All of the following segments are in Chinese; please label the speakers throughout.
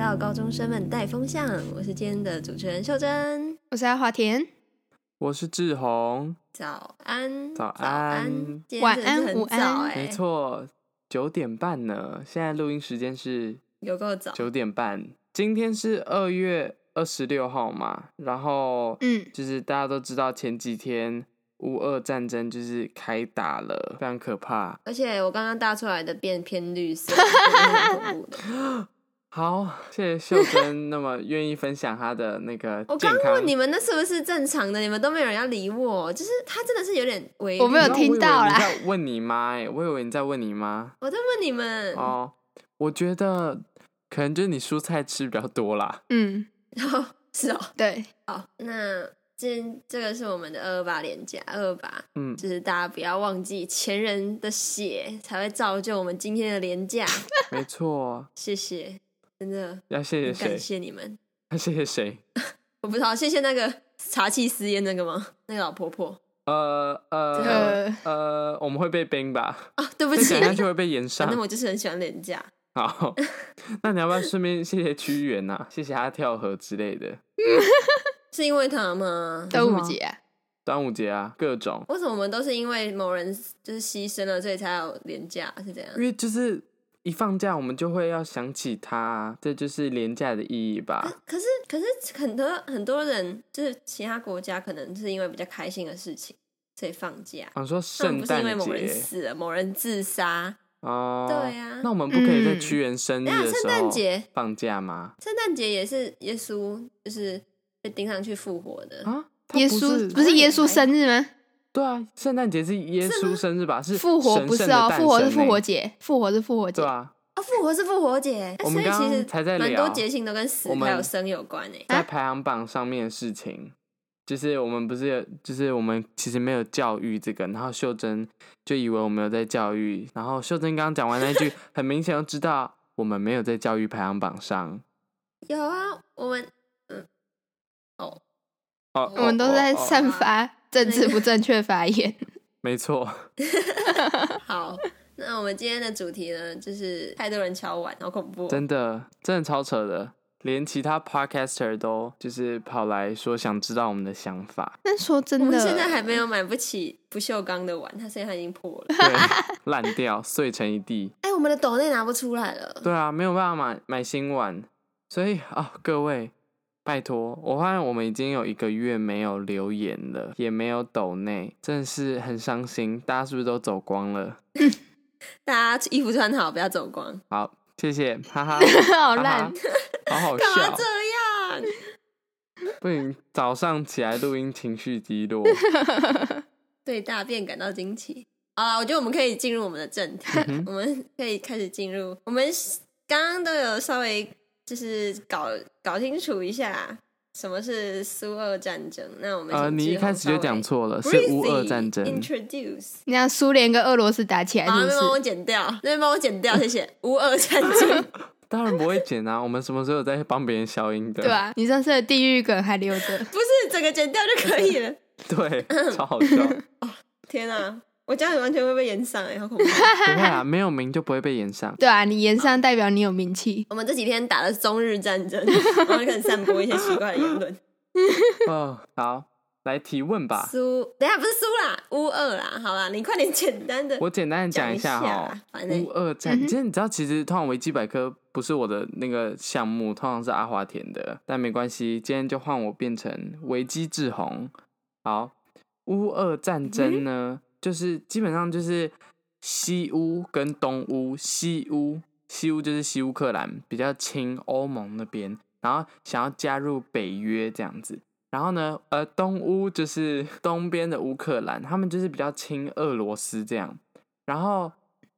Speaker 1: 到高中生们带风向，我是今天的主持人秀珍。
Speaker 2: 我是阿华田，
Speaker 3: 我是志宏，
Speaker 1: 早安，
Speaker 3: 早
Speaker 1: 安
Speaker 3: 安，
Speaker 1: 今天
Speaker 2: 晚
Speaker 1: 真的是
Speaker 2: 安
Speaker 1: 很
Speaker 2: 午安
Speaker 1: 早哎、
Speaker 3: 没错，九点半呢，现在录音时间是
Speaker 1: 有够早。
Speaker 3: 九点半。今天是二月二十六号嘛，然后
Speaker 2: 嗯
Speaker 3: 就是大家都知道前几天乌俄战争就是开打了，非常可怕。
Speaker 1: 而且我刚刚搭出来的变偏绿 色，很恐怖的。
Speaker 3: 好，谢谢秀珍 那么愿意分享她的那个
Speaker 1: 我
Speaker 3: 健
Speaker 1: 刚
Speaker 3: 康
Speaker 1: 问你们那是不是正常的，你们都没有人要理我，就是他真的是有点违律。
Speaker 2: 我没有
Speaker 3: 你知道
Speaker 2: 听
Speaker 3: 我以为
Speaker 2: 到啦
Speaker 3: 你在问你妈哎、我以为你在问你妈
Speaker 1: 我在问你们，
Speaker 3: 哦。我觉得可能就是你蔬菜吃比较多啦。
Speaker 2: 嗯，
Speaker 1: 然后是 哦，
Speaker 2: 对，
Speaker 1: 好，那今这个是我们的二二八连假，二二八
Speaker 3: 嗯，
Speaker 1: 就是大家不要忘记前人的血才会造就我们今天的廉价。
Speaker 3: 没错，
Speaker 1: 谢谢，真的
Speaker 3: 要谢
Speaker 1: 很
Speaker 3: 谢
Speaker 1: 感
Speaker 3: 谁？
Speaker 1: 谢你们。
Speaker 3: 要 谢谢谁？
Speaker 1: 我不知道，谢谢那个茶气私烟那个吗？ 那个老婆婆
Speaker 3: 呃
Speaker 1: 这个
Speaker 3: 呃呃，我们会被冰吧？
Speaker 1: 啊，对不
Speaker 3: 再
Speaker 1: 起
Speaker 3: 讲，下去会被延
Speaker 1: 反
Speaker 3: 上
Speaker 1: 正。我就是很喜欢廉价。
Speaker 3: 好， 那你要不要顺便谢谢屈原呐、谢谢他跳河之类的。
Speaker 1: 是因为他吗？
Speaker 2: 端午节啊、
Speaker 3: 端午节啊，各种，
Speaker 1: 为什么我们都是因为某人就是牺牲了，所以才有廉价？是这样
Speaker 3: 因？为就是一放假，我们就会要想起他、啊这就是廉价的意义吧？
Speaker 1: 可是，可是很多很多人就是其他国家，可能是因为比较开心的事情，所以放假。
Speaker 3: 想说
Speaker 1: 他们
Speaker 3: 圣
Speaker 1: 不是因为
Speaker 3: 诞
Speaker 1: 某人
Speaker 3: 节
Speaker 1: 死了，某人自杀。
Speaker 3: 哦，
Speaker 1: 对啊
Speaker 3: 那我们不可以在
Speaker 2: 嗯
Speaker 3: 屈原生日
Speaker 1: 那
Speaker 3: 的时
Speaker 1: 圣
Speaker 3: 候
Speaker 1: 诞节，
Speaker 3: 放假吗？
Speaker 1: 圣诞节也是耶稣就是被钉上去复活的。
Speaker 3: 啊，他
Speaker 2: 耶
Speaker 3: 不是
Speaker 2: 稣不是耶稣生日吗？
Speaker 3: 对啊，圣诞节是耶稣生日吧？是
Speaker 2: 复活
Speaker 3: 神
Speaker 2: 不
Speaker 3: 圣
Speaker 2: 是
Speaker 3: 的
Speaker 2: 哦，
Speaker 3: 诞
Speaker 2: 复活是
Speaker 3: 生
Speaker 2: 复活
Speaker 3: 欸，
Speaker 2: 节，复活是复活节
Speaker 3: 对，啊。
Speaker 1: 啊，复活是复活节，
Speaker 3: 我们
Speaker 1: 哎所以其实
Speaker 3: 刚刚才在
Speaker 1: 蛮
Speaker 3: 聊
Speaker 1: 多节庆都跟死
Speaker 3: 我们
Speaker 1: 还有生有关欸
Speaker 2: 啊
Speaker 1: 诶。
Speaker 3: 在排行榜上面的事情，就是我们不是有，就是我们其实没有教育这个，然后秀珍就以为我们有在教育，然后秀珍刚刚讲完那 句，很明显就知道我们没有在教育排行榜上。
Speaker 1: 有啊，我们
Speaker 3: 哦，
Speaker 2: 我们都
Speaker 3: 哦
Speaker 2: 在
Speaker 3: 哦哦
Speaker 2: 散发政治不正确发 言。
Speaker 3: 没错，
Speaker 1: 好，那我们今天的主题呢，就是太多人敲碗，好恐怖哦、
Speaker 3: 真的，真的超扯的，连其他 podcaster 都就是跑来说想知道我们的想法，
Speaker 2: 但说真
Speaker 1: 我
Speaker 2: 的，
Speaker 1: 们现在还没有买不起不锈钢的碗，它现在已经破了。
Speaker 3: 对， 烂掉，碎成一地。
Speaker 1: 哎、我们的斗内拿不出来了。
Speaker 3: 对啊，没有办法买买新碗，所以啊、各位拜托，我发现我们已经有一个月没有留言了，也没有抖内，真的是很伤心。大家是不是都走光了？
Speaker 1: 大家衣服穿好，不要走光。
Speaker 3: 好，谢谢，哈 哈，
Speaker 2: 好
Speaker 3: 哈
Speaker 2: 烂
Speaker 3: 啊哈，好好
Speaker 1: 干嘛
Speaker 3: 笑
Speaker 1: 这，样？
Speaker 3: 不行，早上起来录音情绪低 落。
Speaker 1: 对大便感到惊奇。啊，我觉得我们可以进入我们的正题，
Speaker 3: 嗯哼
Speaker 1: 我们可以开始进入。我们刚刚都有稍微就是搞搞清楚一下什么是苏俄战争。那我们
Speaker 3: 呃，
Speaker 1: 请
Speaker 3: 你一
Speaker 1: 志
Speaker 3: 开
Speaker 1: 宏
Speaker 3: 始就
Speaker 1: 稍微
Speaker 3: 讲错了，是
Speaker 1: briefly
Speaker 3: 乌俄战争。
Speaker 1: Introduce，
Speaker 2: 你看苏联跟俄罗斯打起来
Speaker 1: 好，那
Speaker 2: 是不
Speaker 1: 边帮我
Speaker 2: 是？
Speaker 1: 剪掉，那边帮我剪掉，谢 谢。乌俄战争，
Speaker 3: 当然不会剪啊，我们什么时候有在帮别人消音的？
Speaker 2: 对啊，你上次的地狱梗还留着，
Speaker 1: 不是整个剪掉就可以了。
Speaker 3: 对，超 好笑。
Speaker 1: 天哪、我这样完全会被延上哎、好恐 怖！
Speaker 3: 不会啊，没有名就不会被延上。
Speaker 2: 对啊，你言上代表你有名气，
Speaker 1: 我们这几天打了中日战争，然后开始散播一些奇怪的言论。
Speaker 3: 哦，好，来提问吧。
Speaker 1: 苏，等一下不是苏啦，乌二啦，好啦，你快点简单的
Speaker 3: 我简单的讲一下哈
Speaker 1: 讲一下反，正
Speaker 3: 乌二战，其实你知道，其实通常维基百科不是我的那个项目，通常是阿华田的，但没关系，今天就换我变成维基志宏。好，乌二战争呢，就是基本上就是西乌跟东乌，西乌西乌就是西乌克兰比较亲欧盟那边，然后想要加入北约这样子。然后呢，呃，东乌就是 东边的乌克兰，他们就是比较亲俄罗斯这样。然后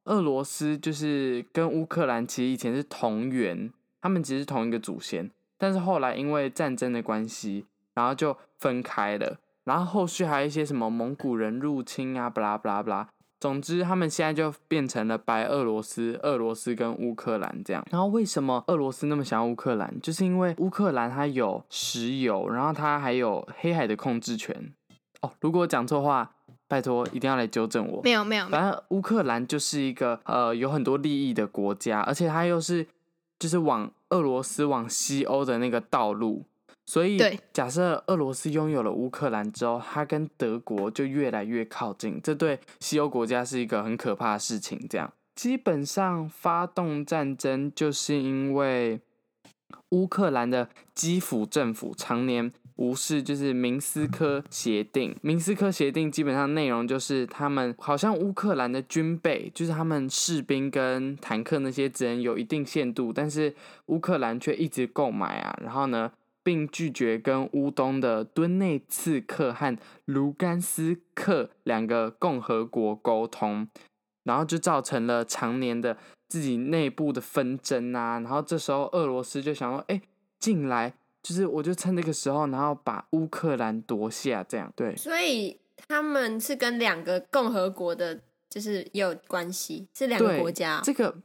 Speaker 3: 俄罗斯就是跟乌克兰其实以前是同源，他们其实是同一个祖先，但是后来因为战争的关系，然后就分开了。然后后续还有一些什么蒙古人入侵啊，巴拉巴拉巴拉。总之，他们现在就变成了白俄罗斯、俄罗斯跟乌克兰这样。然后为什么俄罗斯那么想要乌克兰？就是因为乌克兰它有石油，然后它还有黑海的控制权。哦，如果我讲错话，拜托一定要来纠正我。
Speaker 2: 没有没有，没有
Speaker 3: 反正乌克兰就是一个呃有很多利益的国家，而且它又是就是往俄罗斯往西欧的那个道路。所以
Speaker 2: 对，
Speaker 3: 假设俄罗斯拥有了乌克兰之后，它跟德国就越来越靠近，这对西欧国家是一个很可怕的事情。这样，基本上发动战争就是因为乌克兰的基辅政府常年无视就是明斯科协定。明斯科协定基本上内容就是他们好像乌克兰的军备，就是他们士兵跟坦克那些只能有一定限度，但是乌克兰却一直购买啊，然后呢，并拒绝跟乌东的敦内次克和卢甘斯克两个共和国沟通，然后就造成了常年的自己内部的纷争啊。然后这时候俄罗斯就想说，哎，进来就是我就趁这个时候，然后把乌克兰夺下，这样对。
Speaker 1: 所以他们是跟两个共和国的，就是也有关系，是两个
Speaker 3: 对
Speaker 1: 国家哦、
Speaker 3: 这个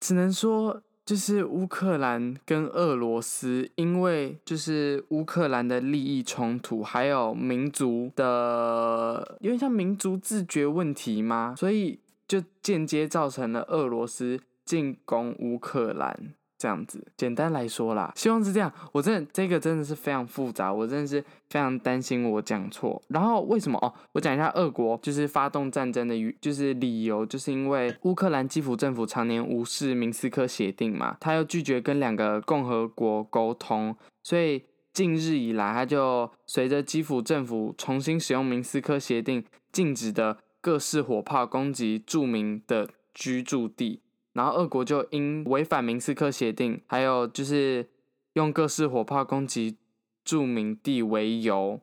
Speaker 3: 只能说就是乌克兰跟俄罗斯，因为就是乌克兰的利益冲突，还有民族的有点像民族自觉问题吗？所以就间接造成了俄罗斯进攻乌克兰。这样子，简单来说啦，希望是这样。我真的这个真的是非常复杂，我真的是非常担心我讲错。然后为什么哦？我讲一下俄国就是发动战争的原，就是理由，就是因为乌克兰基辅政府常年无视明斯克协定嘛，他又拒绝跟两个共和国沟通，所以近日以来，他就随着基辅政府重新使用明斯克协定禁止的各式火炮攻击著名的居住地，然后俄国就因违反明斯克协定，还有就是用各式火炮攻击著名地为由，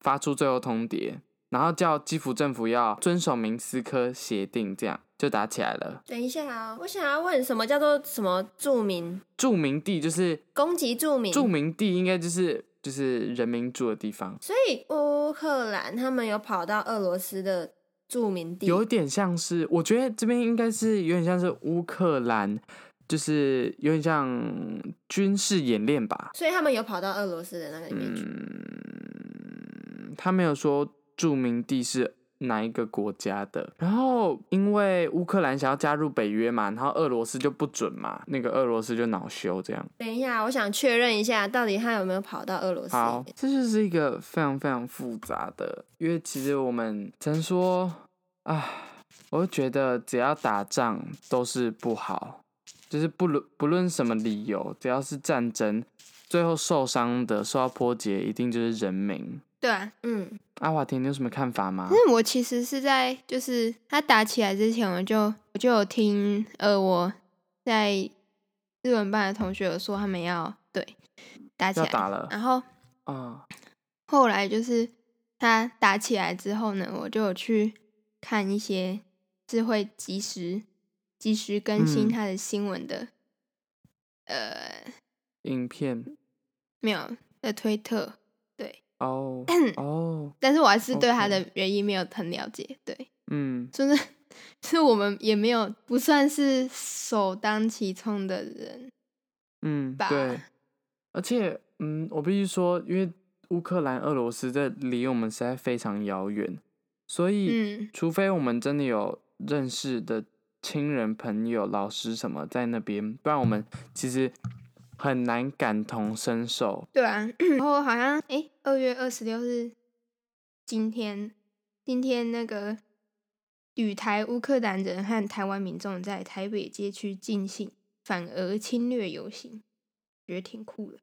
Speaker 3: 发出最后通牒，然后叫基辅政府要遵守明斯克协定，这样就打起来了。
Speaker 1: 等一下啊、我想要问什么叫做什么著名
Speaker 3: 著名地就是
Speaker 1: 攻击著名？
Speaker 3: 著名地，应该就是就是人民住的地方。
Speaker 1: 所以乌克兰他们有跑到俄罗斯的著名地，
Speaker 3: 有点像是，我觉得这边应该是有点像是乌克兰，就是有点像军事演练吧。
Speaker 1: 所以他们有跑到俄罗斯的那个里面去。
Speaker 3: 嗯，他没有说著名地是哪一个国家的。然后因为乌克兰想要加入北约嘛，然后俄罗斯就不准嘛，那个俄罗斯就恼羞这样。
Speaker 1: 等一下，我想确认一下，到底他有没有跑到俄罗斯里
Speaker 3: 好
Speaker 1: 面？，
Speaker 3: 这就是一个非常非常复杂的，因为其实我们只能说，唉，我就觉得只要打仗都是不好，就是不论不论什么理由，只要是战争，最后受伤的、受到波及的一定就是人民。
Speaker 2: 对啊，
Speaker 1: 嗯，
Speaker 3: 阿华田，你有什么看法吗
Speaker 2: 但？是我其实是在就是他打起来之前，我就我就有听呃我在日文班的同学有说他们要对打起
Speaker 3: 要
Speaker 2: 来，
Speaker 3: 打了
Speaker 2: 然后
Speaker 3: 啊、
Speaker 2: 后来就是他打起来之后呢，我就有去看一些是会及时及时更新
Speaker 3: 嗯
Speaker 2: 他的新闻的，呃，
Speaker 3: 影片
Speaker 2: 没有的推特，
Speaker 3: 哦哦，
Speaker 2: 但是我还是对他的原因没有很了解。对，
Speaker 3: 嗯，
Speaker 2: 就是就是我们也没有不算是首当其冲的人，
Speaker 3: 嗯，
Speaker 2: 吧
Speaker 3: 对，而且，嗯，我必须说，因为乌克兰、俄罗斯这离我们实在非常遥远，所以，
Speaker 2: 嗯，
Speaker 3: 除非我们真的有认识的亲人、朋友、老师什么在那边，不然我们其实很难感同身受。
Speaker 2: 对啊。然后好像诶，二月二十六日，今天今天那个旅台乌克兰人和台湾民众在台北街区进行反俄侵略游行，觉得挺酷的。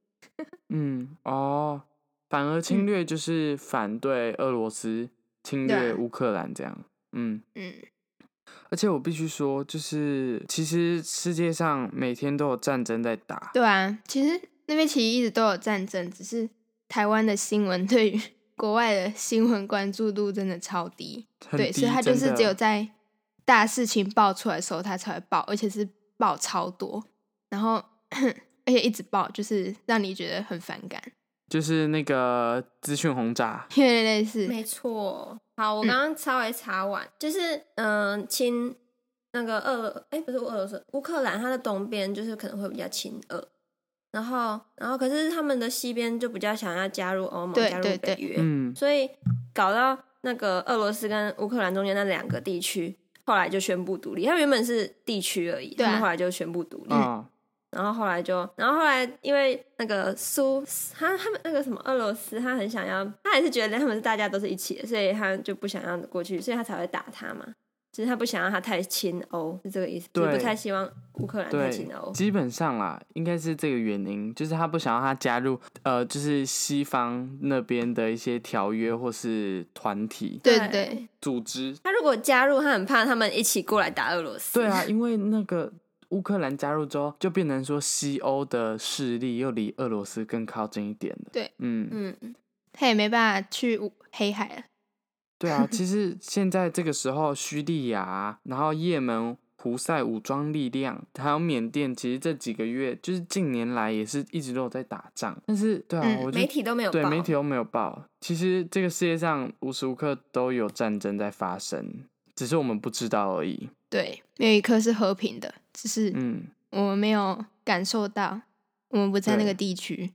Speaker 3: 嗯，哦，反而侵
Speaker 2: 嗯
Speaker 3: 略就是反对俄罗斯侵
Speaker 2: 对啊
Speaker 3: 略乌克兰这样，嗯。
Speaker 2: 嗯，
Speaker 3: 而且我必须说，就是其实世界上每天都有战争在打，
Speaker 2: 对啊，其实那边其实一直都有战争，只是台湾的新闻对于国外的新闻关注度真的超低，
Speaker 3: 很
Speaker 2: 对，
Speaker 3: 低
Speaker 2: 所以他就
Speaker 3: 真
Speaker 2: 是
Speaker 3: 的
Speaker 2: 只有在大事情爆出来的时候，他才会爆，而且是爆超多，然后 而且一直爆，就是让你觉得很反感，
Speaker 3: 就是那个资讯轰炸，
Speaker 2: 因为类似
Speaker 1: 没错。好，
Speaker 2: 嗯
Speaker 1: 我刚刚稍微查完，就是嗯，亲、那个俄，哎、不是俄罗斯，乌克兰它的东边就是可能会比较亲俄，然后然后可是他们的西边就比较想要加入欧盟，
Speaker 2: 对
Speaker 1: 加入
Speaker 2: 对
Speaker 1: 北
Speaker 2: 对
Speaker 1: 约，
Speaker 3: 嗯，
Speaker 1: 所以搞到那个俄罗斯跟乌克兰中间那两个地区，后来就宣布独立。他们原本是地区而已，
Speaker 2: 对啊嗯
Speaker 1: 他们后来就宣布独立。
Speaker 3: 啊、
Speaker 1: 然后后来就，然后后来因为那个苏，他他们那个什么俄罗斯，他很想要，他还是觉得他们是大家都是一起的，所以他就不想让过去，所以他才会打他嘛。就是他不想让他太亲欧，是这个意思，就是不
Speaker 3: 对
Speaker 1: 太希望乌克兰太
Speaker 3: 对
Speaker 1: 亲
Speaker 2: 哦
Speaker 1: 欧，。
Speaker 3: 基本上啦，应该是这个原因，就是他不想让他加入呃，就是西方那边的一些条约或是团体
Speaker 2: 对
Speaker 1: 对
Speaker 2: 对，
Speaker 3: 组织。
Speaker 1: 他如果加入，他很怕他们一起过来打俄罗斯。
Speaker 3: 对啊，因为那个乌克兰加入之后，就变成说西欧的势力又离俄罗斯更靠近一点了。
Speaker 2: 对，
Speaker 3: 嗯，
Speaker 1: 嗯，
Speaker 2: 他也没办法去乌黑海了。
Speaker 3: 对啊，其实现在这个时候，叙利亚，然后也门胡塞武装力量，还有缅甸，其实这几个月就是近年来也是一直都有在打仗。但是，对啊，
Speaker 2: 嗯
Speaker 3: 我就
Speaker 1: 媒体都没有
Speaker 3: 对
Speaker 1: 报
Speaker 3: 媒体都没有报。其实这个世界上无时无刻都有战争在发生，只是我们不知道而已。
Speaker 2: 对，没有一刻是和平的，只是
Speaker 3: 嗯，
Speaker 2: 我们没有感受到，我们不在那
Speaker 3: 对
Speaker 2: 个地区。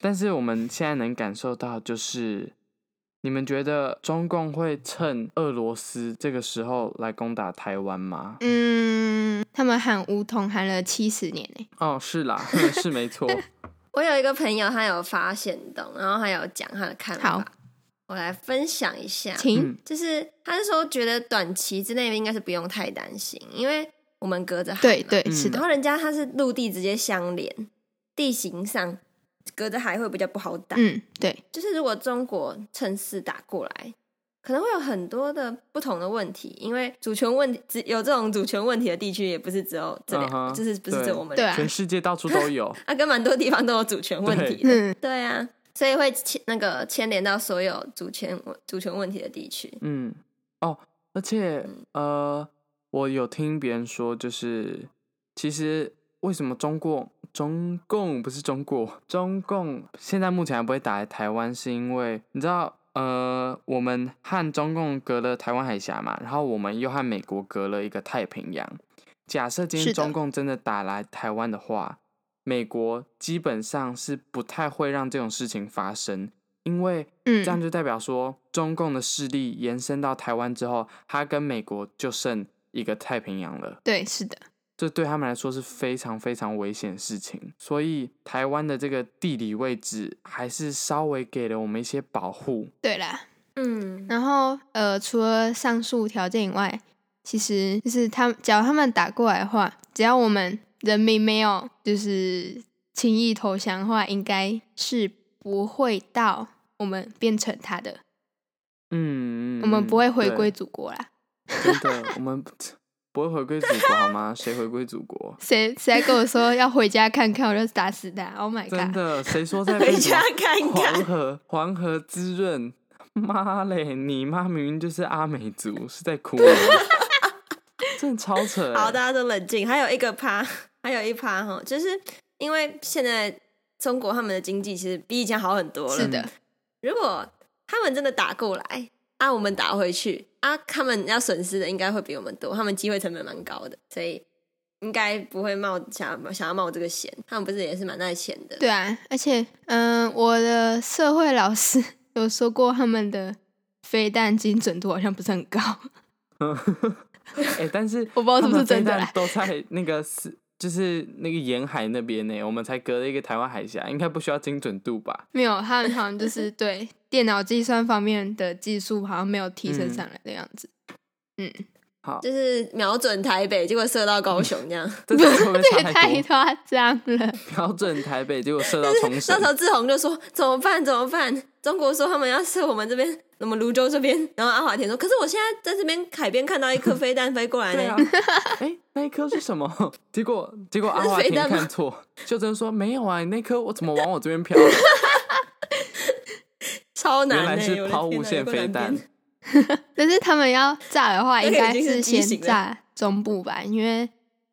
Speaker 3: 但是我们现在能感受到，就是你们觉得中共会趁俄罗斯这个时候来攻打台湾吗？
Speaker 2: 嗯，他们喊五统喊了七十年欸呢、
Speaker 3: 哦，是啦， 是没错。
Speaker 1: 我有一个朋友，他有发现洞，然后他有讲他的看
Speaker 2: 好
Speaker 1: 法，我来分享一下。
Speaker 2: 请
Speaker 3: 嗯
Speaker 1: 就是他是说，觉得短期之内应该是不用太担心，因为我们隔着海嘛
Speaker 2: 对对、
Speaker 3: 嗯
Speaker 2: 是
Speaker 1: 然
Speaker 2: 的，
Speaker 1: 后人家他是陆地直接相连，地形上隔着海会比较不好打。
Speaker 2: 嗯，对，
Speaker 1: 就是如果中国趁势打过来，可能会有很多的不同的问题，因为主权问题只有这种主权问题的地区，也不是只有这两
Speaker 3: 嗯哼
Speaker 1: 就是不是只有我们
Speaker 2: 啊对
Speaker 1: 两
Speaker 2: 啊
Speaker 3: 全世界到处都有。
Speaker 1: 啊，跟蛮多地方都有主权问题的，
Speaker 2: 嗯，
Speaker 1: 对啊，所以会牵那个牵连到所有主权主权问题的地区。
Speaker 3: 嗯，哦，而且
Speaker 2: 嗯
Speaker 3: 呃，我有听别人说，就是其实为什么中国中共不是中国，中共现在目前还不会打来台湾，是因为你知道。呃，我们和中共隔了台湾海峡嘛，然后我们又和美国隔了一个太平洋。假设今
Speaker 2: 是
Speaker 3: 天
Speaker 2: 的
Speaker 3: 中共真的打来台湾的话，美国基本上是不太会让这种事情发生，因为
Speaker 2: 嗯
Speaker 3: 这样就代表说，中共的势力延伸到台湾之后，它跟美国就剩一个太平洋了。
Speaker 2: 对，是的，
Speaker 3: 这对他们来说是非常非常危险的事情。所以，台湾的这个地理位置还是稍微给了我们一些保护。
Speaker 2: 对啦。
Speaker 1: 嗯，
Speaker 2: 然后呃，除了上述条件以外，其实就是他们，假如他们打过来的话，只要我们人民没有就是轻易投降的话，应该是不会到我们变成他的，
Speaker 3: 嗯，嗯
Speaker 2: 我们不会回归，
Speaker 3: 嗯
Speaker 2: 祖国啦。
Speaker 3: 对真的，我们 不不会回归祖国好吗？谁回归 祖国？
Speaker 2: 谁谁还跟我说要回家看看，我就打死他！Oh my
Speaker 3: 真
Speaker 2: god！
Speaker 3: 的，谁说在
Speaker 1: 回
Speaker 3: 被什
Speaker 1: 家
Speaker 3: 么
Speaker 1: 看
Speaker 3: 黄
Speaker 1: 看。
Speaker 3: 河黄河滋润？妈嘞，你妈明明就是阿美族，是在哭吗？ 真的超扯、欸！
Speaker 1: 好，大家都冷静。还有一个趴， 还有一趴哈，就是因为现在中国他们的经济其实比以前好很多了。
Speaker 2: 是的，
Speaker 1: 如果他们真的打过来，啊，我们打回去，啊，他们要损失的应该会比我们多，他们机会成本蛮高的，所以应该不会冒想想要冒这个险。他们不是也是蛮爱钱的？
Speaker 2: 对啊，而且嗯、我的社会老师 有说过他们的飞弹精准度好像不是很高，
Speaker 3: 哎、但是
Speaker 2: 我不知道是不是真的
Speaker 3: 他们
Speaker 2: 啦
Speaker 3: 飞弹都在那个是就是那个沿海那边呢、我们才隔了一个台湾海峡，应该不需要精准度吧？
Speaker 2: 没有，他们好像就是对电脑计算方面的技术好像没有提升上来的样子。嗯
Speaker 3: 好，
Speaker 1: 就是瞄准台北，结果射到高雄这样。
Speaker 3: 这次会不会
Speaker 2: 这也
Speaker 3: 差
Speaker 2: 太
Speaker 3: 太多？
Speaker 2: 夸张了，
Speaker 3: 瞄准台北，结果射到冲绳
Speaker 1: 那时，候志宏就说：“怎么办？怎么办？”中国说他们要射我们这边，我们泸州这边。然后阿华田说：“可是我现在在这边海边看到一颗飞弹飞过来
Speaker 3: 对
Speaker 1: 呢
Speaker 3: 啊。， 哎、那一颗是什么？结果结果阿华
Speaker 1: 是
Speaker 3: 田
Speaker 1: 飞弹吗
Speaker 3: 看错，秀珍说没有啊，你那颗我怎么往我这边 飘了？
Speaker 1: 超难、
Speaker 3: 原
Speaker 1: 欸！我
Speaker 3: 来是
Speaker 1: 的
Speaker 3: 抛
Speaker 1: 天
Speaker 3: 物
Speaker 1: 哪
Speaker 3: 线飞。
Speaker 1: 有够难
Speaker 3: 弹
Speaker 1: 编，
Speaker 2: 但是他们要炸的话，
Speaker 1: 那
Speaker 2: 应
Speaker 1: 个
Speaker 2: 该
Speaker 1: 已经
Speaker 2: 是
Speaker 1: 是畸
Speaker 2: 先
Speaker 1: 形了
Speaker 2: 炸中部吧，因为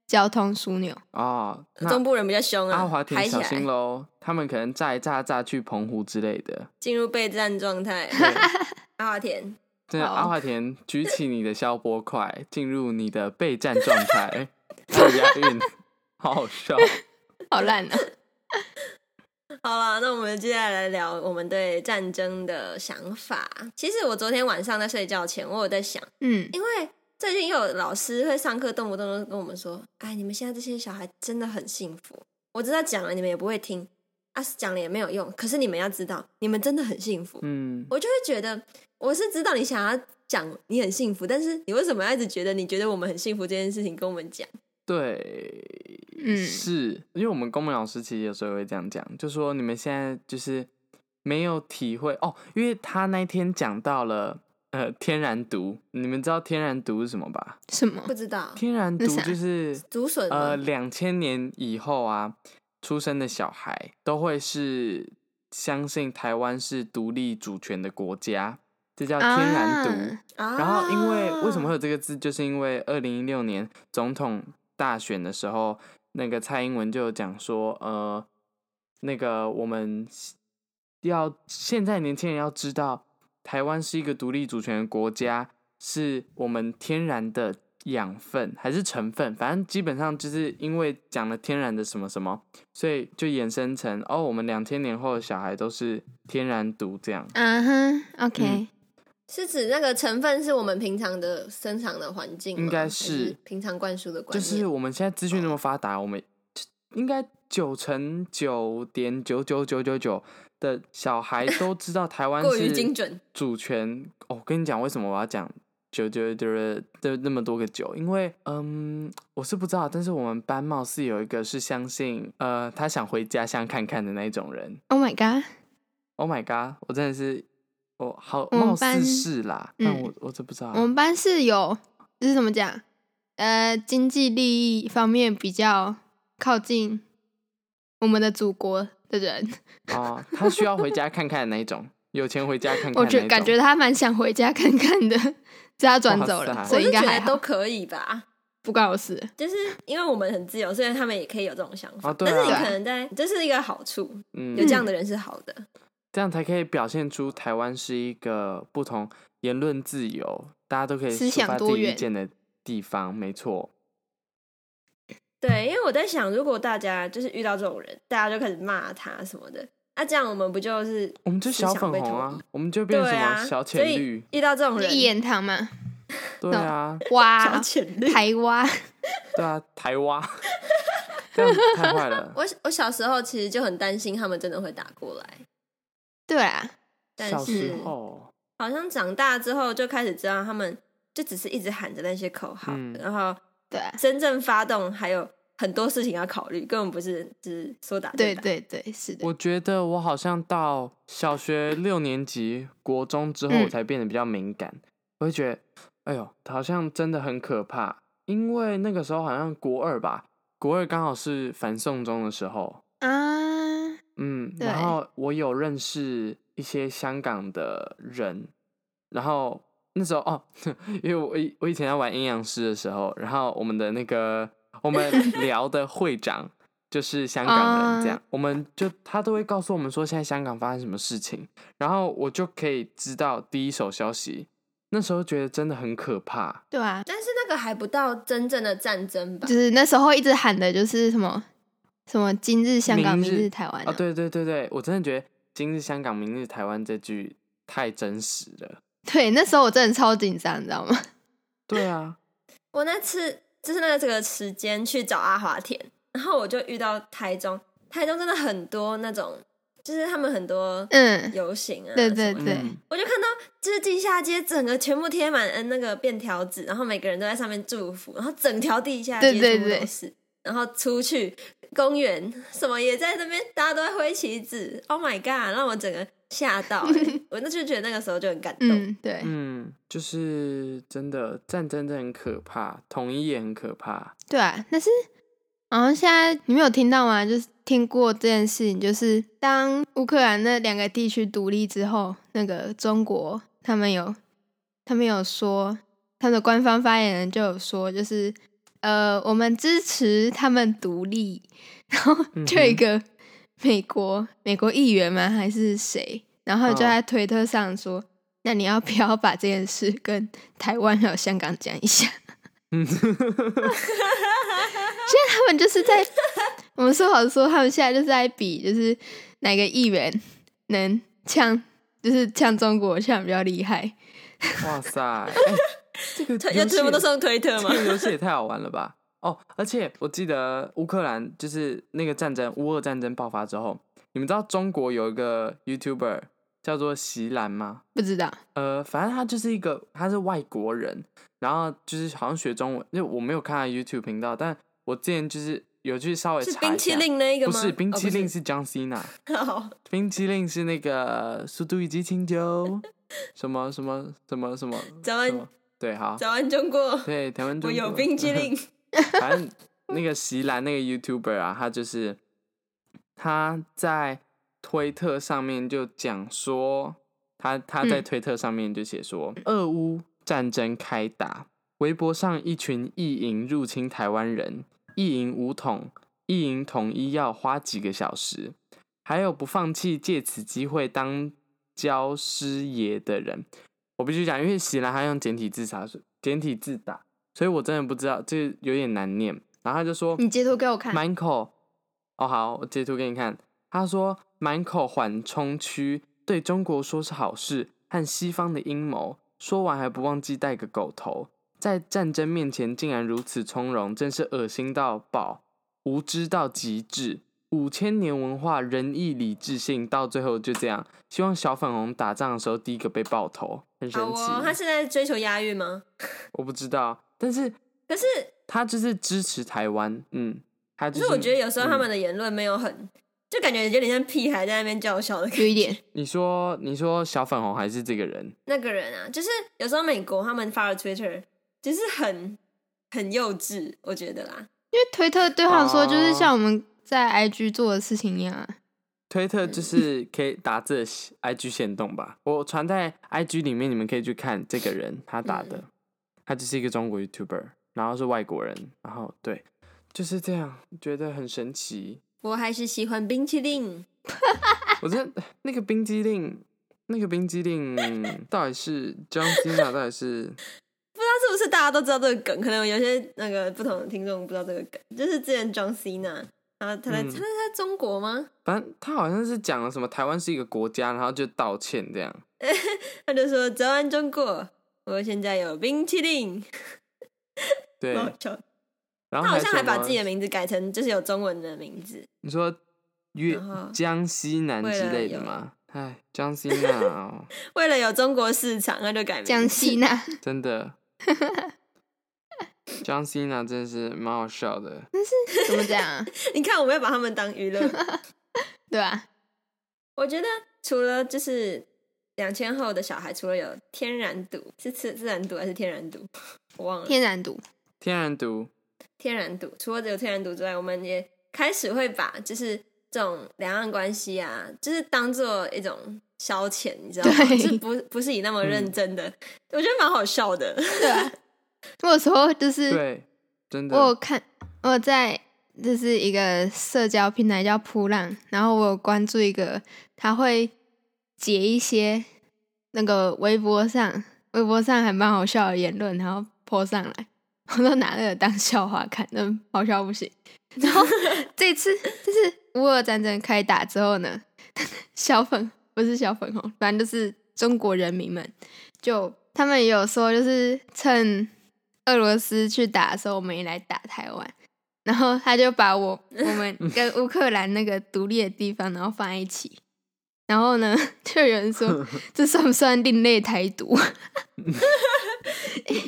Speaker 2: 交通枢纽。
Speaker 3: 哦，那
Speaker 1: 中部人比较凶啊，
Speaker 3: 阿华田
Speaker 1: 抬起
Speaker 3: 小心
Speaker 1: 来，
Speaker 3: 喽，他们可能炸一炸炸去澎湖之类的。
Speaker 1: 进入备战状态。 阿华田，
Speaker 3: 真的，
Speaker 2: 好
Speaker 3: 阿华田，举起你的消波块，进入你的备战状态，还有押韵，好好笑。
Speaker 2: 好烂啊！
Speaker 1: 好了，那我们接下来聊我们对战争的想法。其实我昨天晚上在睡觉前，我有在想，
Speaker 2: 嗯，
Speaker 1: 因为最近有老师会上课动不动就跟我们说：“哎，你们现在这些小孩真的很幸福。”我知道讲了你们也不会听，啊，讲了也没有用。可是你们要知道，你们真的很幸福。
Speaker 3: 嗯，
Speaker 1: 我就会觉得，我是知道你想要讲你很幸福，但是你为什么要一直觉得你觉得我们很幸福这件事情跟我们讲？
Speaker 3: 对，
Speaker 2: 嗯
Speaker 3: 是因为我们公民老师其实有时候也会这样讲，就说你们现在就是没有体会哦，因为他那天讲到了呃天然毒，你们知道天然毒是什么吧？
Speaker 2: 什么
Speaker 1: 不？知道
Speaker 3: 天然毒
Speaker 2: 那啥
Speaker 3: 就是
Speaker 1: 竹笋吗
Speaker 3: 呃两千年以后啊出生的小孩都会是相信台湾是独立主权的国家，这叫天然毒。
Speaker 2: 啊
Speaker 1: 啊
Speaker 3: 呃然后，因为为什么会有这个字，就是因为二零一六年总统大选的时候，那个蔡英文就有讲说，呃，那个我们要现在年轻人要知道，台湾是一个独立主权的国家，是我们天然的养分还是成分，反正基本上就是因为讲了天然的什么什么，所以就衍生成哦，我们两千年后的小孩都是天然毒这样。
Speaker 2: 啊哼，OK，
Speaker 1: 是指那个成分是我们平常的生长的环境吗，
Speaker 3: 应该
Speaker 1: 还
Speaker 3: 是
Speaker 1: 是平常灌输的观
Speaker 3: 就
Speaker 1: 念。
Speaker 3: 是我们现在资讯
Speaker 2: 哦
Speaker 3: 那么发达，我们应该九成九点九九九九九的小孩 都知道台湾
Speaker 1: 过于精
Speaker 3: 是
Speaker 1: 准，
Speaker 3: 主权。哦我跟你讲，为什么我要讲九九九的那么多个九？因为嗯，我是不知道，但是我们班貌似有一个是相信呃，他想回家乡看看的那一种人。
Speaker 2: o h my God，
Speaker 3: Oh my god！我真的是。哦，好，
Speaker 2: 我们
Speaker 3: 貌似
Speaker 2: 班
Speaker 3: 是啦，但
Speaker 2: 嗯
Speaker 3: 我我真不知道啊。
Speaker 2: 我们班是有，就是怎么讲？呃，经济利益方面比较靠近我们的祖国的人，
Speaker 3: 哦，他需要回家看看的那一种，有钱回家看看的那
Speaker 2: 我
Speaker 3: 一种。
Speaker 2: 觉感觉他蛮想回家看看的，只要转走
Speaker 3: 哇
Speaker 2: 了，
Speaker 3: 塞
Speaker 1: 我
Speaker 2: 所以
Speaker 1: 是
Speaker 2: 应该
Speaker 1: 觉
Speaker 2: 还
Speaker 1: 得
Speaker 2: 好
Speaker 1: 都可以吧。
Speaker 2: 不关我事。
Speaker 1: 就是因为我们很自由，所以他们也可以有这种想法。
Speaker 3: 哦对啊
Speaker 1: 但是你可能在，这是一个好处，
Speaker 3: 嗯
Speaker 1: 有这样的人是好的。
Speaker 3: 这样才可以表现出台湾是一个不同言论自由，大家都可以
Speaker 2: 思
Speaker 3: 抒
Speaker 2: 想
Speaker 3: 发自
Speaker 2: 多
Speaker 3: 己意
Speaker 2: 元
Speaker 3: 见的地方。没错，
Speaker 1: 对，因为我在想，如果大家就是遇到这种人，大家就开始骂他什么的，那、这样我们不就是
Speaker 3: 我们就
Speaker 1: 思
Speaker 3: 小
Speaker 1: 想
Speaker 3: 粉
Speaker 1: 被
Speaker 3: 红
Speaker 1: 统
Speaker 3: 啊
Speaker 1: 一，
Speaker 3: 我们就变
Speaker 1: 对
Speaker 3: 成什
Speaker 1: 啊
Speaker 3: 么？
Speaker 1: 所
Speaker 3: 小浅
Speaker 1: 以
Speaker 3: 绿，
Speaker 1: 遇到这种
Speaker 2: 就
Speaker 1: 人，
Speaker 2: 一言堂嘛，
Speaker 3: 对 啊，
Speaker 1: 小
Speaker 2: 哇，
Speaker 1: 浅绿。
Speaker 2: 台湾，
Speaker 3: 对啊，台蛙， 这样太坏 了。
Speaker 1: 我我小时候其实就很担心他们真的会打过来，
Speaker 2: 对啊，
Speaker 1: 但
Speaker 3: 小时
Speaker 1: 是
Speaker 3: 候，
Speaker 1: 好像长大之后就开始知道他们就只是一直喊着那些口号，
Speaker 3: 嗯
Speaker 1: 然后
Speaker 2: 对啊，
Speaker 1: 真正发动还有很多事情要考虑，根本不是只是说打就
Speaker 2: 对
Speaker 1: 打。
Speaker 2: 对对，是的，
Speaker 3: 我觉得我好像到小学六年级、国中之后，我
Speaker 2: 嗯
Speaker 3: 才变得比较敏感。我会觉得，哎呦，好像真的很可怕，因为那个时候好像国二吧，国二刚好是反送中的时候，
Speaker 2: 啊，
Speaker 3: 嗯，
Speaker 2: 对
Speaker 3: 然后我有认识一些香港的人，然后那时候哦， 因为我以我以前在玩阴阳师的时候，然后我们的那个我们 聊的会长就是香港人，这
Speaker 2: 啊
Speaker 3: 样、我们就他都会告诉我们说现在香港发生什么事情，然后我就可以知道第一手消息。那时候觉得真的很可怕，
Speaker 2: 对啊，
Speaker 1: 但是那个还不到真正的战争吧
Speaker 2: 就？是那时候一直喊的就是什么什么今日香港，
Speaker 3: 明
Speaker 2: 明
Speaker 3: 日
Speaker 2: 日台湾
Speaker 3: 啊，对对对对，我真的觉得“今日香港，明日台湾”这句太真实了。
Speaker 2: 对，那时候我真的超紧张，你知道吗？
Speaker 3: 对啊，
Speaker 1: 我那次就是那个这个时间去找阿华田，然后我就遇到台中，台中真的很多那种，就是他们很 多
Speaker 2: 嗯，
Speaker 1: 游行啊，
Speaker 2: 对
Speaker 1: 什
Speaker 2: 对
Speaker 1: 么的
Speaker 2: 对
Speaker 3: 嗯
Speaker 1: 我就看到就是地下街整个全部贴满嗯那个便条纸，然后每个人都在上面祝福，然后整条地下街
Speaker 2: 对对
Speaker 1: 全部都
Speaker 2: 对
Speaker 1: 是。然后出去公园什么也在那边，大家都在挥旗子。Oh my god！让我整个吓到、 欸我那就觉得那个时候就很感动。
Speaker 2: 嗯，对，
Speaker 3: 嗯，就是真的战争真的很可怕，统一也很可怕。
Speaker 2: 对啊，但是好像现在你们有听到吗？就是听过这件事情，就是当乌克兰那两个地区独立之后，那个中国他们有他们有说，他们的官方发言人就有说，就是呃，我们支持他们独立， 然后
Speaker 3: 嗯
Speaker 2: 就有一
Speaker 3: 哼
Speaker 2: 个美国美国议员吗？还是谁？然后就
Speaker 3: 哦
Speaker 2: 在推特上说。那你要不要把这件事跟台湾还有香港讲一下？
Speaker 3: 嗯，
Speaker 2: 他们就是在我们说好说，他们现在就是在比，就是哪个议员能呛，就是呛中国呛比较厉害。
Speaker 3: 哇塞，哎 这个
Speaker 1: 推
Speaker 3: 游
Speaker 1: 就全部
Speaker 3: 戏
Speaker 1: 都 是用推特
Speaker 3: 这
Speaker 1: 吗？
Speaker 3: 个游戏也太好玩了吧！哦，而且我记得乌克兰就是那个战争，乌俄战争爆发之后，你们知道中国有一个 YouTuber 叫做席兰吗？
Speaker 2: 不知道，
Speaker 3: 呃，反正他就是一个他是外国人，然后就是好像学中文，因为我没有看他 YouTube 频道，但我之前就是有去稍微 查
Speaker 1: 是
Speaker 3: 一下，
Speaker 1: 冰淇淋那一个
Speaker 3: 不
Speaker 1: 吗？
Speaker 3: 是冰淇淋
Speaker 1: 哦
Speaker 3: 是 John Cena，
Speaker 1: 不是 好
Speaker 3: 冰淇淋是那个《速度与激情九》 什么什么什么什么
Speaker 1: 早
Speaker 3: 什
Speaker 1: 安
Speaker 3: 么，对，好，
Speaker 1: 早安中国，
Speaker 3: 对，台湾
Speaker 1: 我
Speaker 3: 中
Speaker 1: 有
Speaker 3: 国
Speaker 1: 冰淇淋。
Speaker 3: 反正那个席兰那个 YouTuber 啊，他就是他在推特上面就讲说，他他在
Speaker 2: 嗯
Speaker 3: 推特上面就写说，俄乌战争开打，微博上一群意淫入侵台湾人，意淫武统，意淫统一要花几个小时，还有不放弃借此机会当教师爷的人。我必须讲，因为席兰他用简体字打，简体字打，所以我真的不知道，这有点难念。然后他就说
Speaker 2: 你截图给我看。
Speaker 3: ，Michael，哦好，我截图给你看。他说，Michael 缓冲区对中国说是好事，和西方的阴谋。说完还不忘记带个狗头，在战争面前竟然如此从容，真是恶心到爆，无知到极致。五千年文化仁义礼智信，到最后就这样。希望小粉红打仗的时候第一个被爆头，很神
Speaker 1: 好
Speaker 3: 奇。
Speaker 1: 哦，他是在追求押韵吗？
Speaker 3: 我不知道，但是
Speaker 1: 可是，
Speaker 3: 他就是支持台湾，嗯，他
Speaker 1: 可
Speaker 3: 就是是
Speaker 1: 我觉得有时候他们
Speaker 3: 嗯
Speaker 1: 的言论没有很，就感觉有点像屁孩在那边叫嚣的 感觉
Speaker 2: 有一点，
Speaker 3: 你说你说小粉红还是这个人，
Speaker 1: 那个人啊，就是有时候美国他们发了 Twitter，就是很很幼稚，我觉得啦。
Speaker 2: 因为推特对他们说就是
Speaker 3: 哦
Speaker 2: 像我们在 IG 做的事情一样啊。
Speaker 3: 推特就是可以打这 IG 限动吧，我传在 IG 里面，你们可以去看这个人他打
Speaker 1: 嗯
Speaker 3: 的，他就是一个中国 YouTuber，然后是外国人，然后对，就是这样，觉得很神奇。
Speaker 1: 我还是喜欢冰淇淋，
Speaker 3: 我真 的那个冰激凌，那个冰激凌到底是 John Cena 到底是
Speaker 1: 那是不是大家都知道这个梗？可能有些那个不同的听众不知道这个梗，就是之前 John Cena，然后他在、
Speaker 3: 嗯
Speaker 1: 他在中国吗？
Speaker 3: 反正他好像是讲了什么台湾是一个国家，然后就道歉这样。
Speaker 1: 他就说早安中国，我现在有冰淇淋，
Speaker 3: 对，
Speaker 1: 好笑
Speaker 3: 然
Speaker 1: 哦他
Speaker 3: 后
Speaker 1: 好像还把
Speaker 3: 什么
Speaker 1: 自己的名字改成就是有中文的名字，
Speaker 3: 你说越
Speaker 1: 然后
Speaker 3: 江西南
Speaker 1: 为
Speaker 3: 之
Speaker 1: 了
Speaker 3: 类的
Speaker 1: 有
Speaker 3: 吗？哎，江 西南哦，
Speaker 1: 为了有中国市场，他就改名字。
Speaker 2: 江西那
Speaker 3: 真的。江西南真是蛮好笑的，
Speaker 2: 怎么讲啊？
Speaker 1: 你看，我们要把他们当娱乐。
Speaker 2: 对啊吧？
Speaker 1: 我觉得除了就是两千后的小孩，除了有天然毒，是自自然毒还是天然毒？我忘了。
Speaker 2: 天然毒，
Speaker 3: 天然毒
Speaker 1: 天然毒，除了有天然毒之外，我们也开始会把就是这种两岸关系啊，就是当做一种消遣，你知道吗？
Speaker 2: 对
Speaker 1: 就是不不是以那么
Speaker 3: 嗯
Speaker 1: 认真的，我觉得蛮好笑的。
Speaker 2: 对吧？ 我有时候就是
Speaker 3: 对，真
Speaker 2: 我有
Speaker 3: 的
Speaker 2: 看，我有在就是一个社交平台叫扑浪，然后我有关注一个，他会截一些那个微博上，微博上还蛮好笑的言论，然后 po 上来，我都拿那个当笑话看，嗯，好笑不行。然后这次就是乌俄战争开打之后呢， 小粉不是小粉红，反正就是中国人民们，就他们也有说，就是趁俄罗斯去打的时候，我们也来打台湾。然后他就把我我们跟乌克兰那个独立的地方，然后放在一起。然后呢， 就有人说这算不算另类台独？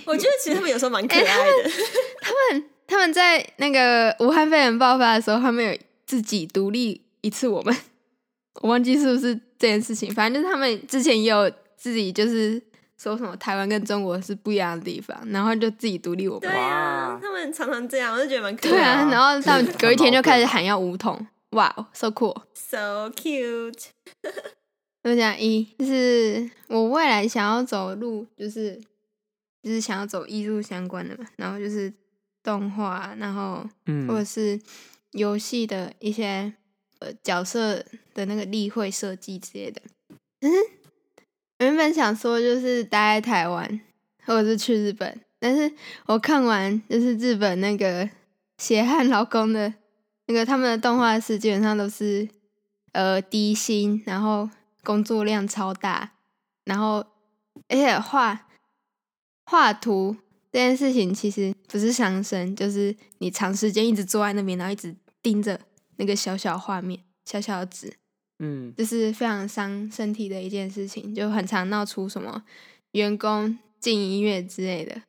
Speaker 1: 我觉得其实他们有时候蛮可
Speaker 2: 哎
Speaker 1: 爱 的，
Speaker 2: 他们在那个武汉肺炎爆发的时候，他们有自己独立一次，我们 我忘记是不是这件事情，反正就是他们之前也有自己就是说什么台湾跟中国是不一样的地方，然后就自己独立我
Speaker 1: 对
Speaker 2: 们。
Speaker 1: 啊
Speaker 3: 哇，
Speaker 1: 他们常常这样，我就觉得蛮可
Speaker 2: 对
Speaker 1: 爱
Speaker 2: 啊，
Speaker 3: 对啊
Speaker 2: 然后他们
Speaker 3: 就是
Speaker 2: 隔一天就开始
Speaker 3: 很矛盾
Speaker 2: 喊要武统，哇、s o cool！
Speaker 1: ，so cute。
Speaker 2: 我讲一就是我未来想要走路，就是就是想要走艺术相关的嘛，然后就是动画，然后或者
Speaker 3: 嗯，
Speaker 2: 是游戏的一些呃角色的那个例会设计之类的。嗯，原本想说就是待在台湾或者是去日本，但是我看完就是日本那个血汗劳工的那个他们的动画师，基本上都是呃低薪，然后工作量超大，然后而且画画图这件事情其实不是伤身，就是你长时间一直坐在那边，然后一直盯着那个小小画面、小小的纸，
Speaker 3: 嗯，
Speaker 2: 这是非常伤身体的一件事情，就很常闹出什么员工进医院之类的。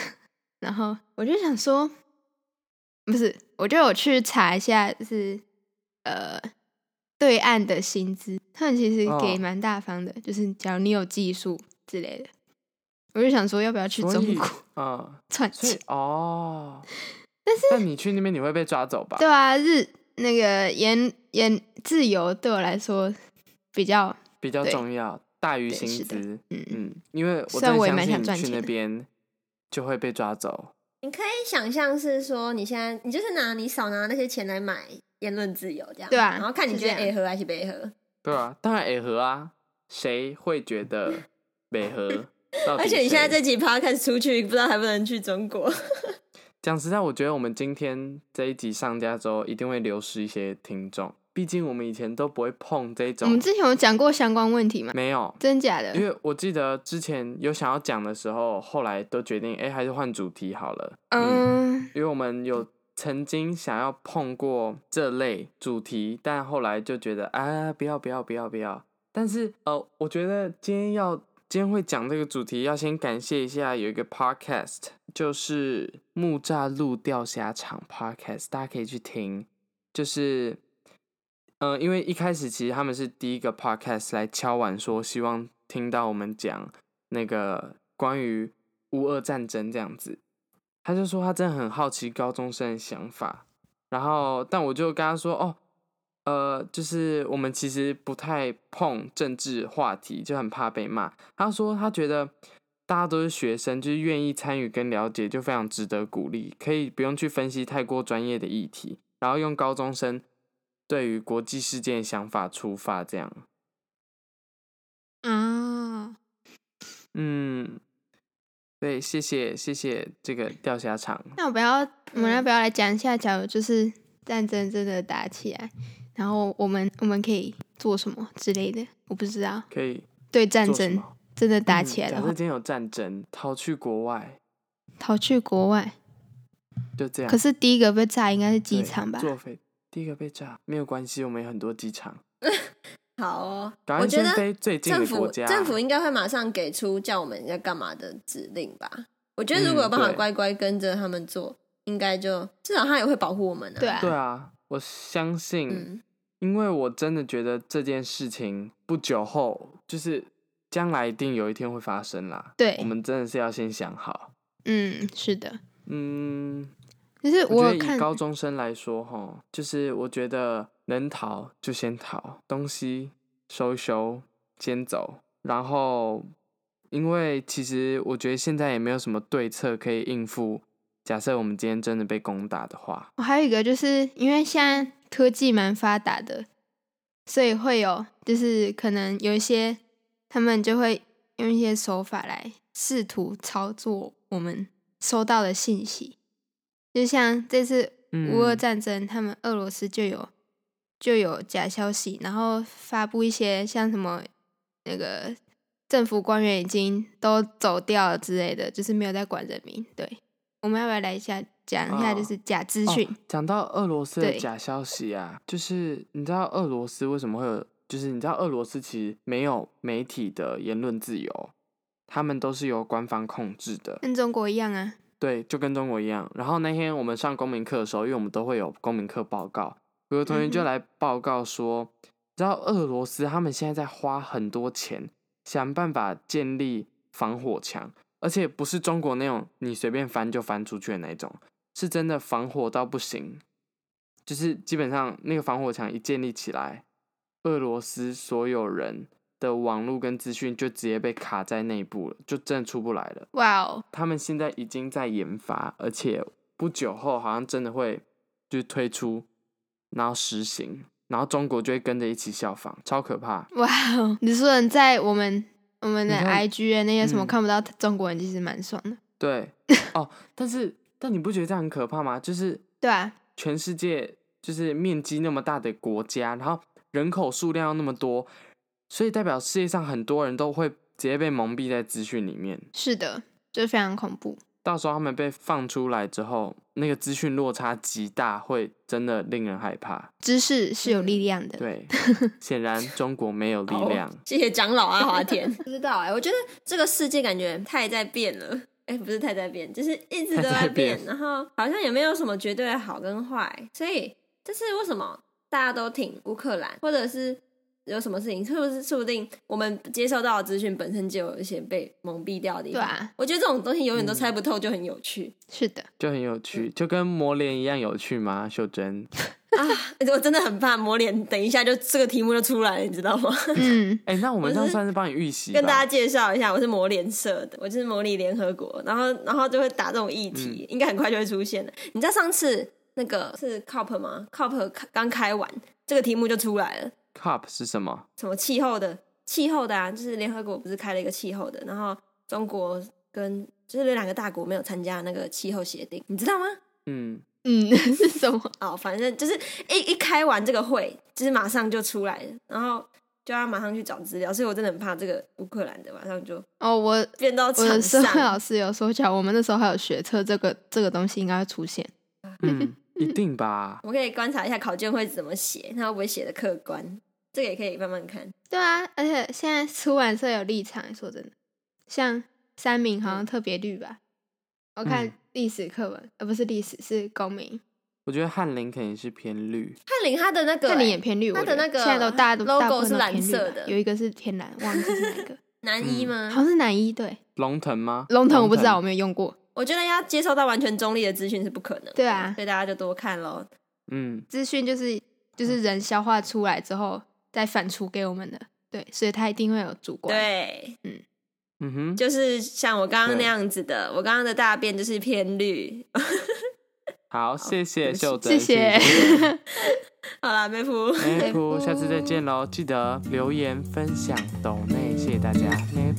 Speaker 2: 然后我就想说，不是，我就有去查一下，就是呃，对岸的薪资，他们其实给
Speaker 3: 哦
Speaker 2: 蛮大方的，就是只要你有技术之类的。我就想说，要不要去
Speaker 3: 所
Speaker 2: 中
Speaker 3: 以
Speaker 2: 国
Speaker 3: 啊，
Speaker 2: 赚
Speaker 3: 所
Speaker 2: 钱
Speaker 3: 以？哦，但是但你去那边你会被抓走吧？
Speaker 2: 对啊，日那个言言自由对我来说比较
Speaker 3: 比较
Speaker 2: 对
Speaker 3: 重要，大于
Speaker 2: 对
Speaker 3: 薪
Speaker 2: 是的
Speaker 3: 资。
Speaker 2: 嗯
Speaker 3: 嗯，因为我
Speaker 2: 虽然
Speaker 3: 真
Speaker 2: 我也
Speaker 3: 的
Speaker 2: 蛮想
Speaker 3: 相信
Speaker 2: 赚
Speaker 3: 你去
Speaker 2: 钱
Speaker 3: 那
Speaker 2: 的
Speaker 3: 边就会被抓走。
Speaker 1: 你可以想象是说，你现在你就是拿你少拿那些钱来买言论自由这样，
Speaker 2: 对啊
Speaker 1: 然后看你
Speaker 2: 是
Speaker 1: 觉得
Speaker 2: 这样
Speaker 1: A 合还是 B 合，
Speaker 3: 对啊，当然 A 合啊，谁会觉得美合？到底
Speaker 1: 而且你现在
Speaker 3: 谁
Speaker 1: 这集 podcast 出去，不知道还不能去中国，
Speaker 3: 讲实在，我觉得我们今天这一集上架之后，一定会流失一些听众，毕竟我们以前都不会碰这
Speaker 2: 我
Speaker 3: 种
Speaker 2: 们。之前有讲过相关问题嘛？
Speaker 3: 没有，
Speaker 2: 真假的？
Speaker 3: 因为我记得之前有想要讲的时候，后来都决定，哎、还是换主题好了。
Speaker 2: 嗯，
Speaker 3: 因为我们有曾经想要碰过这类主题，但后来就觉得啊，不要不要不要不要。但是呃，我觉得今天要今天会讲这个主题，要先感谢一下有一个 podcast，就是木栅路钓虾场 podcast，大家可以去听。就是呃，因为一开始其实他们是第一个 podcast 来敲碗说，希望听到我们讲那个关于乌俄战争这样子。他就说他真的很好奇高中生的想法，然后但我就跟他说哦，呃，就是我们其实不太碰政治话题，就很怕被骂。他说他觉得大家都是学生，就是愿意参与跟了解，就非常值得鼓励，可以不用去分析太过专业的议题，然后用高中生对于国际事件的想法出发，这样。
Speaker 2: 啊，
Speaker 3: 嗯，对，谢谢谢谢这个钓虾场。
Speaker 2: 那我不要，我们要不要来讲一下？假如就是战争真的打起来，然后我们我们可以做什么之类的？我不知道。
Speaker 3: 可以
Speaker 2: 对战
Speaker 3: 做什
Speaker 2: 争
Speaker 3: 么
Speaker 2: 真的打起来
Speaker 3: 嗯假
Speaker 2: 的
Speaker 3: 设
Speaker 2: 话，
Speaker 3: 今天有战争，逃去国外，
Speaker 2: 逃去国外。
Speaker 3: 就这样。
Speaker 2: 可是第一个被炸应该是机
Speaker 3: 啊对
Speaker 2: 场吧？
Speaker 3: 坐飞第一个被炸没有关系，我们有很多机场，
Speaker 1: 好哦，
Speaker 3: 赶
Speaker 1: 我
Speaker 3: 快
Speaker 1: 觉
Speaker 3: 先
Speaker 1: 得
Speaker 3: 飞最近
Speaker 1: 政
Speaker 3: 的
Speaker 1: 府
Speaker 3: 国家。啊
Speaker 1: 政府应该会马上给出叫我们要干嘛的指令吧？我觉得如果有办
Speaker 3: 嗯
Speaker 1: 法
Speaker 3: 对
Speaker 1: 乖乖跟着他们做，应该就至少他也会保护我们啊。
Speaker 2: 对啊
Speaker 3: 对啊，我相信，
Speaker 1: 嗯，
Speaker 3: 因为我真的觉得这件事情不久后，就是将来一定有一天会发生啦。
Speaker 2: 对
Speaker 3: 我们真的是要先想好。
Speaker 2: 嗯，是的。
Speaker 3: 嗯，
Speaker 2: 就是
Speaker 3: 我
Speaker 2: 我
Speaker 3: 觉
Speaker 2: 有
Speaker 3: 得以
Speaker 2: 看，
Speaker 3: 高中生来说，哈，就是我觉得能逃就先逃，东西收一收，先走。然后，因为其实我觉得现在也没有什么对策可以应付。假设我们今天真的被攻打的话，
Speaker 2: 我还有一个就是因为现在科技蛮发达的，所以会有就是可能有一些他们就会用一些手法来试图操作我们收到的信息，就像这次乌俄
Speaker 3: 嗯
Speaker 2: 战争，他们俄罗斯就有就有假消息，然后发布一些像什么那个政府官员已经都走掉了之类的，就是没有在管人民。对，我们要不要来一下讲一下，
Speaker 3: 哦
Speaker 2: 就是假资
Speaker 3: 哦
Speaker 2: 讯？
Speaker 3: 讲到俄罗斯的
Speaker 2: 对
Speaker 3: 假消息啊，就是你知道俄罗斯为什么会有？就是你知道俄罗斯其实没有媒体的言论自由，他们都是由官方控制的。
Speaker 2: 跟中国一样啊，
Speaker 3: 对，就跟中国一样。然后那天我们上公民课的时候，因为我们都会有公民课报告，有个同学
Speaker 2: 嗯
Speaker 3: 就
Speaker 2: 哼
Speaker 3: 来报告说，你知道俄罗斯他们现在在花很多钱想办法建立防火墙，而且不是中国那种你随便翻就翻出去的那一种，是真的防火到不行，就是基本上那个防火墙一建立起来，俄罗斯所有人的网络跟资讯就直接被卡在内部了，就真的出不来了。
Speaker 2: 哇哦，
Speaker 3: 他们现在已经在研发，而且不久后好像真的会就是推出，然后实行，然后中国就会跟着一起效仿，超可怕。
Speaker 2: 哇哦！你说你在我们我们的
Speaker 3: 你看
Speaker 2: IG 啊那些什么
Speaker 3: 嗯
Speaker 2: 看不到中国人，其实蛮爽的。
Speaker 3: 对，哦，但是但你不觉得这样很可怕吗？就是
Speaker 2: 对啊，
Speaker 3: 全世界就是面积那么大的国家，然后人口数量又那么多，所以代表世界上很多人都会直接被蒙蔽在资讯里面。
Speaker 2: 是的，就是非常恐怖。
Speaker 3: 到时候他们被放出来之后，那个资讯落差极大，会真的令人害怕。
Speaker 2: 知识是有力量的，
Speaker 3: 对，显然中国没有力
Speaker 1: 哦
Speaker 3: 量。
Speaker 1: 谢谢长老阿华田。 不知道哎、我觉得这个世界感觉太在变了。 哎、不是太在变，就是一直都
Speaker 3: 太
Speaker 1: 在
Speaker 3: 在变
Speaker 1: 变，然后好像也没有什么绝对的好跟坏，所以这是为什么大家都挺乌克兰，或者是有什么事情，是不是说不定我们接收到的资讯本身就有一些被蒙蔽掉的地
Speaker 2: 对
Speaker 1: 方？
Speaker 2: 啊，
Speaker 1: 我觉得这种东西永远都猜不透，就很有趣、
Speaker 2: 是 的，
Speaker 3: 就很有趣，就跟魔联一样有趣吗？秀珍，
Speaker 1: 啊！我真的很怕魔脸，等一下就这个题目就出来了，你知道吗？
Speaker 2: 嗯，
Speaker 3: 哎、那我们
Speaker 1: 我
Speaker 3: 这样
Speaker 1: 是
Speaker 3: 算是帮你预习吧。
Speaker 1: 跟大家介绍一下，我是魔联社的，我就是模拟联合国，然后然后就会打这种议题，应该很快就会出现的。你知道上次那个是 COP 吗？COP 刚开完，这个题目就出来了，
Speaker 3: cup 是什么？
Speaker 1: 什么气候的气候的啊，就是联合国不是开了一个气候的，然后中国跟就是那两个大国没有参加那个气候协定，你知道吗？
Speaker 3: 嗯，
Speaker 2: 嗯， 是什么？
Speaker 1: 哦，反正就是一一开完这个会，就是马上就出来了，然后。就要马上去找资料，所以我真的很怕这个乌克兰的，马上就
Speaker 2: 哦，我
Speaker 1: 变到
Speaker 2: 我
Speaker 1: 场
Speaker 2: 的社
Speaker 1: 上。
Speaker 2: 会老师有说教，我们那时候还有学测这个这个东西应该会出现。
Speaker 3: 嗯，一定吧。
Speaker 1: 我们可以观察一下考卷会怎么写，它会不会写的客观，这个也可以慢慢看。
Speaker 2: 对啊，而且现在出版社有立场，说真的，像三明好像特别绿吧？我看
Speaker 3: 嗯
Speaker 2: 历史课文，呃，不是历史，是公民，
Speaker 3: 我觉得翰林肯定是偏绿，
Speaker 1: 翰林他的那个、欸
Speaker 2: 这里也偏绿。
Speaker 1: 它
Speaker 2: 我
Speaker 1: 的
Speaker 2: 觉得
Speaker 1: 那个
Speaker 2: 现在都大家都
Speaker 1: logo
Speaker 2: 大部分
Speaker 1: 是
Speaker 2: 都
Speaker 1: 蓝
Speaker 2: 偏绿
Speaker 1: 色
Speaker 2: 吧
Speaker 1: 的嗯
Speaker 2: 有一个是偏蓝，忘记是哪一个，
Speaker 1: 男一吗？
Speaker 2: 好像是南一对。
Speaker 3: 龙腾吗？
Speaker 2: 龙腾我不知道，
Speaker 3: 龙
Speaker 2: 我没有用过。
Speaker 1: 我觉得要接受到完全中立的资讯是不可能的。
Speaker 2: 对啊
Speaker 1: 所以大家就多看咯。
Speaker 3: 嗯，
Speaker 2: 资讯就是
Speaker 1: 嗯
Speaker 2: 就是人消化出来之后再反刍给我们的，对，所以它一定会有主观。，
Speaker 1: 对，
Speaker 3: 嗯哼，
Speaker 1: 就是像我刚刚那
Speaker 3: 对
Speaker 1: 样子的，我刚刚的大便就是偏绿。
Speaker 3: 好，谢
Speaker 1: 对
Speaker 3: 谢
Speaker 1: 不起
Speaker 3: 秀珍，
Speaker 2: 谢谢。
Speaker 1: 好啦，妹夫。
Speaker 3: 内
Speaker 2: 内
Speaker 3: 普，
Speaker 2: 夫
Speaker 3: 下次再见喽！记得留言、分享、抖内，谢谢大家，内